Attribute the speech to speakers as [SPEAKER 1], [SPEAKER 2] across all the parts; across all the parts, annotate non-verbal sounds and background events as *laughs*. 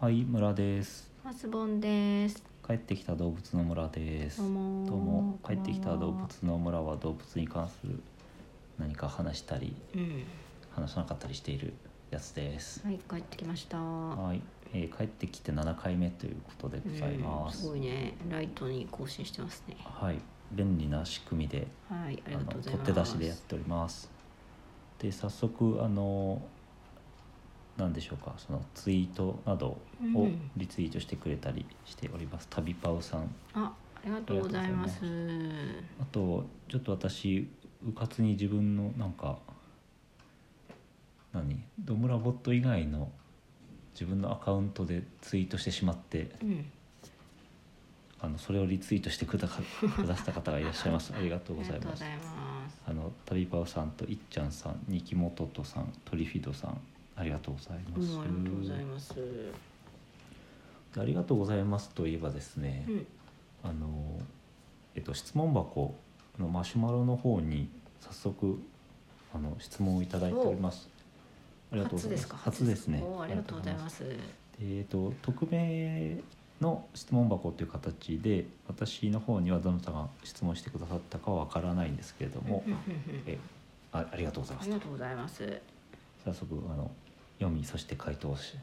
[SPEAKER 1] はい村です
[SPEAKER 2] マスボンです。
[SPEAKER 1] 帰ってきた動物の村です
[SPEAKER 2] どうも
[SPEAKER 1] どうも帰
[SPEAKER 2] こんばん
[SPEAKER 1] っ
[SPEAKER 2] は
[SPEAKER 1] てきた動物の村は動物に関する何か話したり
[SPEAKER 2] うん。
[SPEAKER 1] 話さなかったりしているやつです
[SPEAKER 2] はい、帰ってきました。う
[SPEAKER 1] はい、えー帰ってきて7回目ということで
[SPEAKER 2] ん
[SPEAKER 1] ございますす
[SPEAKER 2] ごいね、ライトに更新してますね。
[SPEAKER 1] はい便利な仕組みで
[SPEAKER 2] はい、あ
[SPEAKER 1] あ
[SPEAKER 2] りが
[SPEAKER 1] の
[SPEAKER 2] とうござい
[SPEAKER 1] 取
[SPEAKER 2] ま
[SPEAKER 1] っ
[SPEAKER 2] す。
[SPEAKER 1] 手出しでやっておりますで早速あのなんでしょうかそのツイートなど
[SPEAKER 2] う
[SPEAKER 1] を
[SPEAKER 2] ん
[SPEAKER 1] リツイートしてくれたりしております、旅パオさん
[SPEAKER 2] あ、ありがとうございます。
[SPEAKER 1] あとちょっと私うかつに自分のなんか何ドムラボット以外の自分のアカウントでツイートしてしまって
[SPEAKER 2] うん。
[SPEAKER 1] あのそれをリツイートしてくだかくださった方がいらっしゃいますありがとう
[SPEAKER 2] あ
[SPEAKER 1] ご
[SPEAKER 2] り
[SPEAKER 1] ざ
[SPEAKER 2] が
[SPEAKER 1] い
[SPEAKER 2] と
[SPEAKER 1] ま
[SPEAKER 2] うご
[SPEAKER 1] す
[SPEAKER 2] ざいます。
[SPEAKER 1] あの旅パオさんといっちゃんさんにきもととさんトリフィドさんありがとうござい
[SPEAKER 2] ど
[SPEAKER 1] ま
[SPEAKER 2] う
[SPEAKER 1] す、
[SPEAKER 2] もありがとうございます。
[SPEAKER 1] ありがとうございますといえばですね、
[SPEAKER 2] うん。
[SPEAKER 1] あのえっと質問箱のマシュマロの方に早速あの質問をいただいております。ありがとうご
[SPEAKER 2] 初
[SPEAKER 1] ざい
[SPEAKER 2] で
[SPEAKER 1] ますす。
[SPEAKER 2] か。
[SPEAKER 1] ですね。
[SPEAKER 2] おーありがとうございます。
[SPEAKER 1] ありがとうございます。でえっと匿名の質問箱という形で私の方にはどなたが質問してくださったかはわからないんですけれども
[SPEAKER 2] うん、うんうんうん
[SPEAKER 1] えあありがとうございま
[SPEAKER 2] あ
[SPEAKER 1] す
[SPEAKER 2] り。がとうございます。
[SPEAKER 1] 早速あの読みそして回答し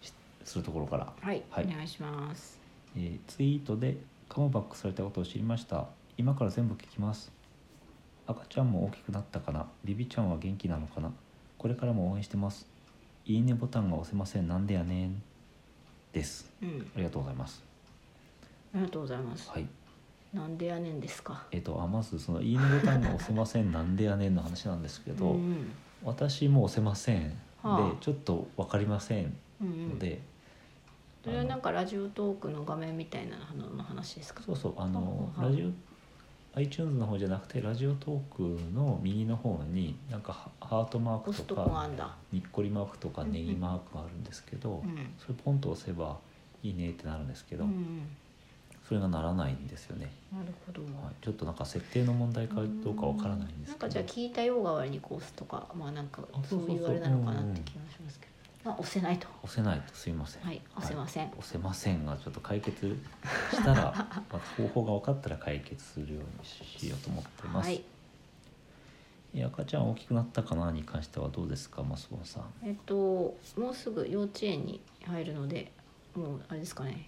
[SPEAKER 1] しするところから
[SPEAKER 2] はい、
[SPEAKER 1] はい
[SPEAKER 2] お願いします。
[SPEAKER 1] えーツイートでカムバックされたことを知りました今から全部聞きます赤ちゃんも大きくなったかなビビちゃんは元気なのかなこれからも応援してますいいねボタンが押せませんなんでやねんです
[SPEAKER 2] うん。
[SPEAKER 1] ありがとうございます
[SPEAKER 2] ありがとうございます。
[SPEAKER 1] はい
[SPEAKER 2] なんでやねんですか。
[SPEAKER 1] えっ、とあまずそのいいねボタンが押せませんなんでやねんの話なんですけど、
[SPEAKER 2] うん
[SPEAKER 1] 私も押せませんで
[SPEAKER 2] はあ
[SPEAKER 1] ちょっと分かりません
[SPEAKER 2] うんうん
[SPEAKER 1] ので、
[SPEAKER 2] それはなんかラジオトークの画面みたいなのの話ですか。
[SPEAKER 1] そうそうあの
[SPEAKER 2] はは
[SPEAKER 1] ラジオ iTunes の方じゃなくてラジオトークの右の方になんかハハートマー
[SPEAKER 2] 押す
[SPEAKER 1] ク
[SPEAKER 2] と
[SPEAKER 1] と
[SPEAKER 2] こ
[SPEAKER 1] か
[SPEAKER 2] あんだ。
[SPEAKER 1] にっこりマークとか
[SPEAKER 2] うんうん
[SPEAKER 1] ネギマークがあるんですけど、
[SPEAKER 2] うん。
[SPEAKER 1] それポンと押せばいいねってなるんですけ
[SPEAKER 2] う
[SPEAKER 1] ど、
[SPEAKER 2] ん。
[SPEAKER 1] それがならないんですよね、
[SPEAKER 2] なるほど。
[SPEAKER 1] はい、ちょっとなんか設定の問題かどうかわからないんですけど
[SPEAKER 2] なんかじゃあ聞いたよう代わりにこう押すとか、まあなんか
[SPEAKER 1] あそ
[SPEAKER 2] そ
[SPEAKER 1] うそう
[SPEAKER 2] う
[SPEAKER 1] そう
[SPEAKER 2] いうあれなのかなって気がしますけど。まあ押せないと。
[SPEAKER 1] 押せないとすいません、
[SPEAKER 2] はい、押せません。
[SPEAKER 1] 押せませんがちょっと解決したら
[SPEAKER 2] *laughs*
[SPEAKER 1] また方法が分かったら解決するようにしようと思ってます。
[SPEAKER 2] はい。
[SPEAKER 1] え赤ちゃん大きくなったかなに関してはどうですかマスボンさん、
[SPEAKER 2] えっともうすぐ幼稚園に入るので、もうあれですかね。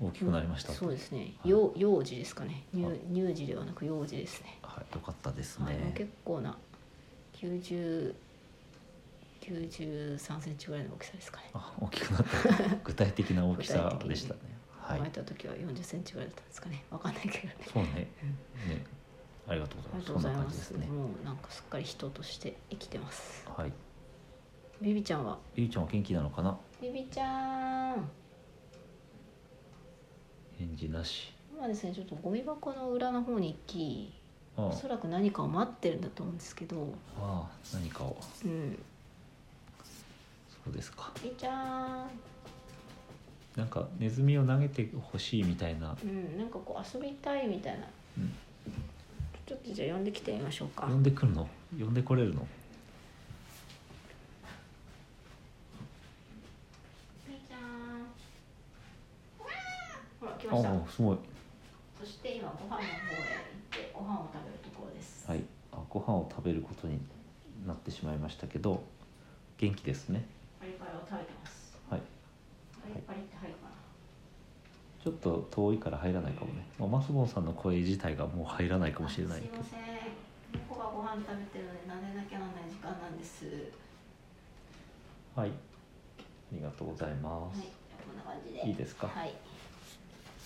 [SPEAKER 1] うん、大きくなりました
[SPEAKER 2] そうですね。
[SPEAKER 1] はい
[SPEAKER 2] 幼幼児ですかね。
[SPEAKER 1] あ
[SPEAKER 2] 乳乳児ではなく幼児ですね。
[SPEAKER 1] はい、よかったです
[SPEAKER 2] はい、もう
[SPEAKER 1] ね
[SPEAKER 2] 結構な90 93センチぐらいの大きさですかね。
[SPEAKER 1] あ大きくなった具体的な大き
[SPEAKER 2] *laughs* 具
[SPEAKER 1] さ
[SPEAKER 2] 体的に
[SPEAKER 1] でしたねはい
[SPEAKER 2] 考えた時は40センチぐらいだったんですかね。わかんないけどね。
[SPEAKER 1] そうねねありがとうござ
[SPEAKER 2] あ
[SPEAKER 1] います
[SPEAKER 2] りがとうござ
[SPEAKER 1] そん
[SPEAKER 2] い
[SPEAKER 1] な
[SPEAKER 2] ま
[SPEAKER 1] 感じ
[SPEAKER 2] す
[SPEAKER 1] ですね
[SPEAKER 2] もうなんかすっかり人として生きてます。
[SPEAKER 1] はい
[SPEAKER 2] ビビちゃんは
[SPEAKER 1] ゆうちゃんは元気なのかな
[SPEAKER 2] ビビちゃん。
[SPEAKER 1] 返事なし
[SPEAKER 2] 今ですねちょっとゴミ箱の裏の方に行き、
[SPEAKER 1] あ
[SPEAKER 2] お
[SPEAKER 1] あ
[SPEAKER 2] そらく何かを待ってるんだと思うんですけど、
[SPEAKER 1] ああ何かを
[SPEAKER 2] うん。
[SPEAKER 1] そうですか
[SPEAKER 2] ビビちゃん。
[SPEAKER 1] なんかネズミを投げてほしいみたいな、
[SPEAKER 2] うん、なんかこう遊びたいみたいな。
[SPEAKER 1] うん、
[SPEAKER 2] ちょっとじゃあ呼んできてみましょうか
[SPEAKER 1] 呼。んでくるの呼んでこれるの
[SPEAKER 2] ビビちゃん。ほら来ました。
[SPEAKER 1] ああすごい
[SPEAKER 2] そして今ご飯の方へ行ってご飯を食べるところです。
[SPEAKER 1] はい、あご飯を食べることになってしまいましたけど元気ですね
[SPEAKER 2] パリパリを食べてます。
[SPEAKER 1] はい
[SPEAKER 2] パリパリって入るかな。
[SPEAKER 1] ちょっと遠いから入らないかもね、まあ、マスボンさんの声自体がもう入らないかもしれない
[SPEAKER 2] す
[SPEAKER 1] け
[SPEAKER 2] い
[SPEAKER 1] ど
[SPEAKER 2] ません。猫がご飯食べてるのでなでなきゃならない時間なんです。
[SPEAKER 1] はいありがとうございま
[SPEAKER 2] はい、こんな感じで。
[SPEAKER 1] すいいですか、
[SPEAKER 2] はい。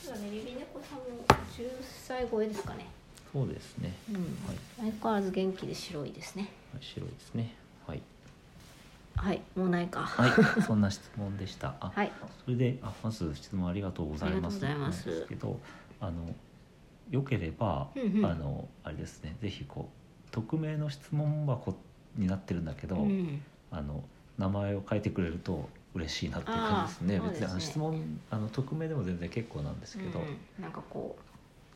[SPEAKER 2] そうだね、ビビ猫さんも10歳超えですかね。
[SPEAKER 1] そうですね
[SPEAKER 2] うん。
[SPEAKER 1] はい
[SPEAKER 2] 相変わらず元気で白いですね。
[SPEAKER 1] 白いですねはい、
[SPEAKER 2] はい、もうないか。
[SPEAKER 1] はい、そんな質問でしたあ、
[SPEAKER 2] はい。
[SPEAKER 1] それであまず質問ありがとうございます
[SPEAKER 2] ありがとうございます
[SPEAKER 1] なんですけどあのよければ、
[SPEAKER 2] うんうん
[SPEAKER 1] あのあれですねぜひこう匿名の質問箱になってるんだけど、
[SPEAKER 2] うん。
[SPEAKER 1] あの名前を書いてくれると嬉しいなっていう感じですね。
[SPEAKER 2] あーそう
[SPEAKER 1] 別にあの
[SPEAKER 2] ですね
[SPEAKER 1] 質問あの匿名でも全然結構なんですけど、
[SPEAKER 2] うん、なんかこ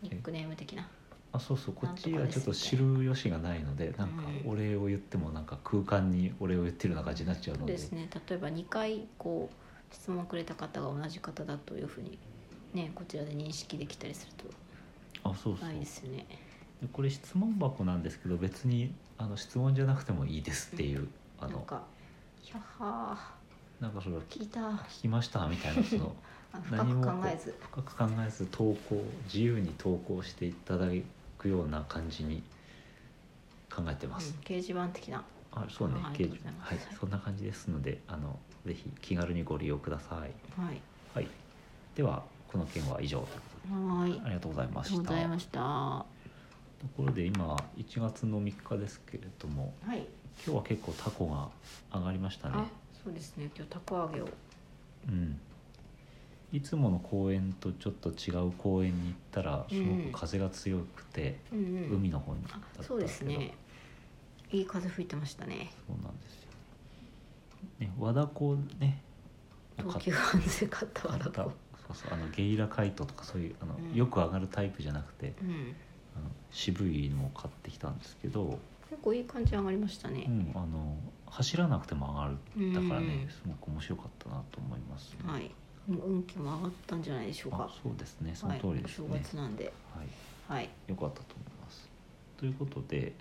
[SPEAKER 2] うニックネーム的な。
[SPEAKER 1] あそうそうこっち
[SPEAKER 2] なん
[SPEAKER 1] は
[SPEAKER 2] とか
[SPEAKER 1] ち
[SPEAKER 2] です
[SPEAKER 1] ょっと知る由がないので、なんか
[SPEAKER 2] うん
[SPEAKER 1] お礼を言ってもなんか空間にお礼を言ってるような感じになっちゃう
[SPEAKER 2] そ
[SPEAKER 1] の
[SPEAKER 2] う
[SPEAKER 1] で、
[SPEAKER 2] ですね。例えば2回こう質問をくれた方が同じ方だというふうにねこちらで認識できたりする
[SPEAKER 1] あそう
[SPEAKER 2] と
[SPEAKER 1] そう
[SPEAKER 2] ないですね
[SPEAKER 1] でこれ質問箱なんですけど別にあの質問じゃなくてもいいですっていうあ
[SPEAKER 2] なん
[SPEAKER 1] の
[SPEAKER 2] か「ひゃは
[SPEAKER 1] なんかそれ
[SPEAKER 2] ー聞いたあ
[SPEAKER 1] 聞きましたみたい
[SPEAKER 2] *laughs*
[SPEAKER 1] なその
[SPEAKER 2] の深
[SPEAKER 1] 何
[SPEAKER 2] く
[SPEAKER 1] も
[SPEAKER 2] 考
[SPEAKER 1] こう
[SPEAKER 2] えず
[SPEAKER 1] 深く考えず投稿自由に投稿していただくような感じに考えて
[SPEAKER 2] うん
[SPEAKER 1] ます、
[SPEAKER 2] 掲示板的な
[SPEAKER 1] あそうね
[SPEAKER 2] はい
[SPEAKER 1] 掲示
[SPEAKER 2] ありが
[SPEAKER 1] はいそ
[SPEAKER 2] とうございます
[SPEAKER 1] んな感じですのであのぜひ気軽にご利用ください
[SPEAKER 2] はい
[SPEAKER 1] はいではこの件は以上ということで
[SPEAKER 2] はーい
[SPEAKER 1] ありがとうございま
[SPEAKER 2] あり
[SPEAKER 1] し
[SPEAKER 2] がとうご
[SPEAKER 1] た
[SPEAKER 2] ざいましたは
[SPEAKER 1] ところで今1月の3日ですけれども
[SPEAKER 2] い
[SPEAKER 1] 今日は結構タコが上がりましたね
[SPEAKER 2] あそうですね今日たこ揚げを
[SPEAKER 1] うんいつもの公園とちょっと違う公園に行ったらすごく風が強くて、
[SPEAKER 2] うんうん
[SPEAKER 1] 海の方にだったん
[SPEAKER 2] あそうですねいい風吹いてましたね
[SPEAKER 1] そうなんですよねね和田湖ね
[SPEAKER 2] 東急ハンズで買ったわら
[SPEAKER 1] 買っ
[SPEAKER 2] こ
[SPEAKER 1] たそうそうあのゲイラカイトとかそういうあの、
[SPEAKER 2] うん
[SPEAKER 1] よく上がるタイプじゃなくて
[SPEAKER 2] うん
[SPEAKER 1] あの渋いのを買ってきたんですけど、
[SPEAKER 2] 結構いい感じ上がりました
[SPEAKER 1] う
[SPEAKER 2] ね、
[SPEAKER 1] ん、あの走らなくても上がるだから
[SPEAKER 2] う
[SPEAKER 1] ね
[SPEAKER 2] ん
[SPEAKER 1] すごく面白かったなと思います、
[SPEAKER 2] はいもう運気も上がったんじゃないでしょう
[SPEAKER 1] あ
[SPEAKER 2] か
[SPEAKER 1] そうですねその通りですね、
[SPEAKER 2] はい、お正月なんで
[SPEAKER 1] はい
[SPEAKER 2] はい
[SPEAKER 1] 良かったと思います。ということで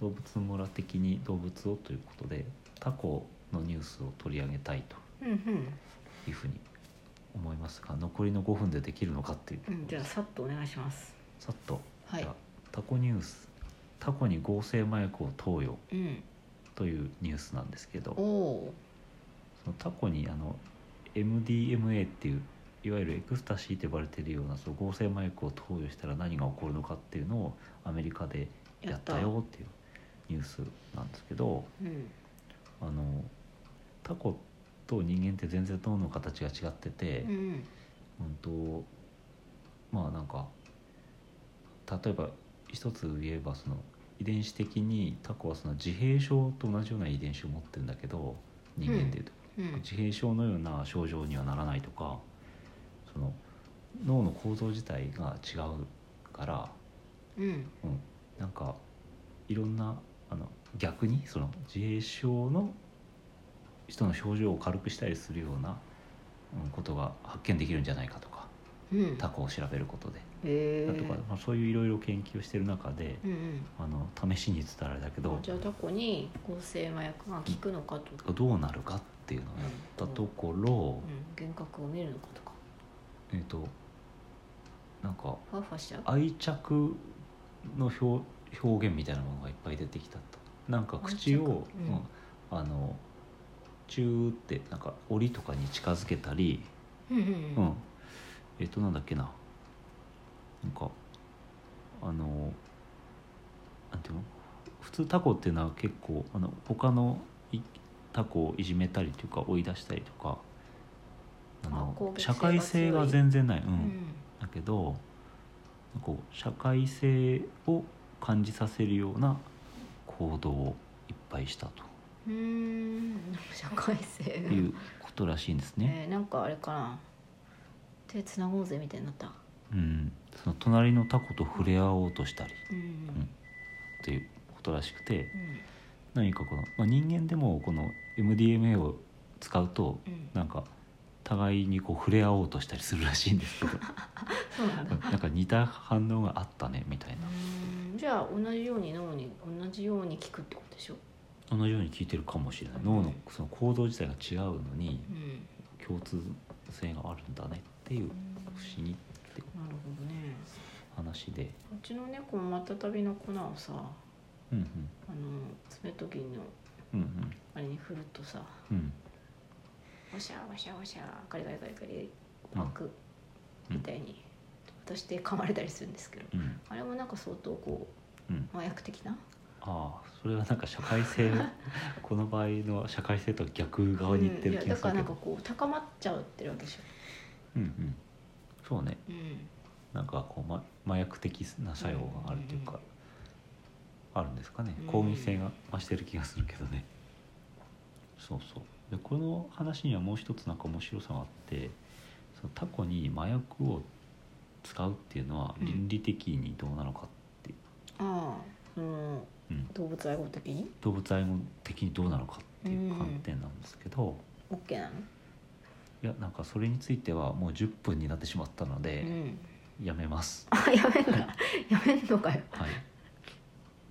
[SPEAKER 1] 動物村的に動物をということでタコのニュースを取り上げたいと
[SPEAKER 2] うんうん
[SPEAKER 1] いうふうに思いますが残りの5分でできるのかっていうと
[SPEAKER 2] う
[SPEAKER 1] ころ
[SPEAKER 2] ん、じゃあさっとお願いします。
[SPEAKER 1] さっと、
[SPEAKER 2] はい
[SPEAKER 1] じゃあタコニュースタコに合成麻薬を投与
[SPEAKER 2] うん。
[SPEAKER 1] というニュースなんですけど
[SPEAKER 2] おお
[SPEAKER 1] そのタコにあの MDMA っていういわゆるエクスタシーと呼ばれているようなその合成麻薬を投与したら何が起こるのかっていうのをアメリカでやったよっていうニュースなんですけど
[SPEAKER 2] ー。うん。
[SPEAKER 1] あのタコと人間って全然脳の形が違ってて、
[SPEAKER 2] うん
[SPEAKER 1] うんとまあなんか例えば一つ言えばその遺伝子的にタコはその自閉症と同じような遺伝子を持ってるんだけど人間でいうと。
[SPEAKER 2] うん。うん。
[SPEAKER 1] 自閉症のような症状にはならないとかその脳の構造自体が違うから、
[SPEAKER 2] うん。
[SPEAKER 1] うん、なんかいろんなあの逆にその自閉症の人の症状を軽くしたりするような、うん、ことが発見できるんじゃないかとか
[SPEAKER 2] うん。
[SPEAKER 1] タコを調べることで
[SPEAKER 2] え
[SPEAKER 1] だ
[SPEAKER 2] え
[SPEAKER 1] とか、
[SPEAKER 2] ー。
[SPEAKER 1] まあ、そういういろいろ研究をしてる中で
[SPEAKER 2] うんうん。
[SPEAKER 1] あの試しに言ってたらあれだけど
[SPEAKER 2] じゃあタコに合成麻薬が効くのかとか、
[SPEAKER 1] どうなるかっていうのをやったところ
[SPEAKER 2] う、ん、幻覚を見るのかとか、
[SPEAKER 1] えっ、となんか
[SPEAKER 2] ファーファーしちゃう。
[SPEAKER 1] 愛着の表表現みたいなものがいっぱい出てきたとなんか口を、
[SPEAKER 2] 愛着うん
[SPEAKER 1] うんあのチューってなんか檻とかに近づけたり、
[SPEAKER 2] うんうん
[SPEAKER 1] う
[SPEAKER 2] うんん。
[SPEAKER 1] えっとなんだっけななんかあのなんていうの普通タコっていうのは結構あの他のいタコをいじめたりというか追い出したりとかあ
[SPEAKER 2] あ攻
[SPEAKER 1] の
[SPEAKER 2] 撃性
[SPEAKER 1] 社
[SPEAKER 2] が強い
[SPEAKER 1] 会性が全然ない、う、
[SPEAKER 2] うん
[SPEAKER 1] だけどこう社会性を感じさせるような行動をいっぱいした
[SPEAKER 2] うーん。社会性
[SPEAKER 1] と
[SPEAKER 2] が。
[SPEAKER 1] いうことらしいんですね。
[SPEAKER 2] えー、なんかあれかな。手つなごうぜみたいになった。
[SPEAKER 1] うん、その隣のタコと触れ合おうとしたり
[SPEAKER 2] うん
[SPEAKER 1] んということらしくて
[SPEAKER 2] うん。うん。
[SPEAKER 1] 何かこの、まあ、人間でもこの MDMA を使うと
[SPEAKER 2] うん。
[SPEAKER 1] なんか互いにこう触れ合おうとしたりするらしいんですけど
[SPEAKER 2] *laughs* そうなんだ。
[SPEAKER 1] うんなんか似た反応があったねみたいな
[SPEAKER 2] うんじゃあ同じように脳に同じように効くってことでしょ、
[SPEAKER 1] 同じように聞いてるかもしれない脳のその行動自体が違うのに
[SPEAKER 2] うん、
[SPEAKER 1] 共通性があるんだねっていう不思議って
[SPEAKER 2] なるほどね
[SPEAKER 1] 話で、
[SPEAKER 2] うちの猫もまたたびの粉をさ
[SPEAKER 1] うん
[SPEAKER 2] あの爪研ぎの
[SPEAKER 1] うん、うん
[SPEAKER 2] あれに振るとさ
[SPEAKER 1] うんうん
[SPEAKER 2] ワシャワシャワシャガリガリガリガリ
[SPEAKER 1] うん
[SPEAKER 2] 巻くみたいに渡して噛まれたりするんですけど
[SPEAKER 1] うん
[SPEAKER 2] あれもなんか相当こ
[SPEAKER 1] うん、
[SPEAKER 2] う麻薬的な
[SPEAKER 1] ああそれはなんか社会
[SPEAKER 2] *laughs*
[SPEAKER 1] 性この場合の社会性とは逆側にいって
[SPEAKER 2] うん
[SPEAKER 1] る
[SPEAKER 2] いや
[SPEAKER 1] 気が
[SPEAKER 2] だ
[SPEAKER 1] す
[SPEAKER 2] か
[SPEAKER 1] る
[SPEAKER 2] ら
[SPEAKER 1] け
[SPEAKER 2] なん
[SPEAKER 1] ど、
[SPEAKER 2] かこう高まっちゃうってるわけでしょ、
[SPEAKER 1] うんうん、そうね
[SPEAKER 2] うん、
[SPEAKER 1] なんかこう、ま、麻薬的な作用があるというか、
[SPEAKER 2] うん
[SPEAKER 1] あるんですかね
[SPEAKER 2] うん
[SPEAKER 1] 攻撃性が増してる気がするけどね、そうそうでこの話にはもう一つなんか面白さがあってそのタコに麻薬を使うっていうのは
[SPEAKER 2] うん
[SPEAKER 1] 倫理的にどうなのかって、
[SPEAKER 2] ああその
[SPEAKER 1] うん
[SPEAKER 2] 動物愛護的に
[SPEAKER 1] 動物愛護的にどうなのかっていう観点なんですけど、
[SPEAKER 2] OK なの
[SPEAKER 1] いやなんかそれについてはもう10分になってしまったの
[SPEAKER 2] う
[SPEAKER 1] で、
[SPEAKER 2] ん
[SPEAKER 1] やめます、
[SPEAKER 2] あやめんかやめんのかよ
[SPEAKER 1] はい、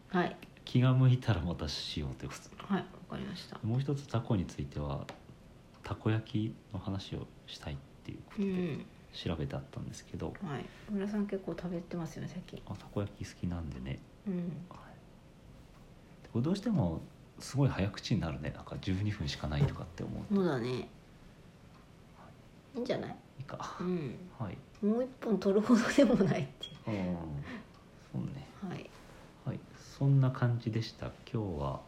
[SPEAKER 2] はい
[SPEAKER 1] 気が向いたらまたしようということ
[SPEAKER 2] はいわかりました
[SPEAKER 1] もう一つタコについてはたこ焼きの話をしたいっていうこと
[SPEAKER 2] う
[SPEAKER 1] で
[SPEAKER 2] ん
[SPEAKER 1] 調べてあったんですけど、
[SPEAKER 2] はい村さん結構食べてますよね最近
[SPEAKER 1] あたこ焼き好きなんでね、
[SPEAKER 2] うん
[SPEAKER 1] はい、これどうしてもすごい早口になるねなんか12分しかないとかって思う
[SPEAKER 2] そうだねいいんじゃない
[SPEAKER 1] いいか
[SPEAKER 2] う、ん
[SPEAKER 1] はい
[SPEAKER 2] もう一本取るほどでもないってい
[SPEAKER 1] うんそうね
[SPEAKER 2] うはい
[SPEAKER 1] はい、そんな感じでした今日は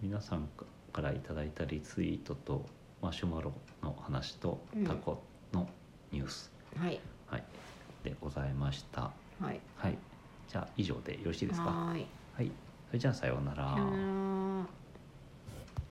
[SPEAKER 1] 皆さんからいただいたリツイートとマシュマロの話と
[SPEAKER 2] うん
[SPEAKER 1] タコのニュース、
[SPEAKER 2] はい
[SPEAKER 1] はい、でございました
[SPEAKER 2] はい
[SPEAKER 1] はいじゃあ以上でよろしいですか
[SPEAKER 2] はーい
[SPEAKER 1] はいそれじゃあさような
[SPEAKER 2] さよなら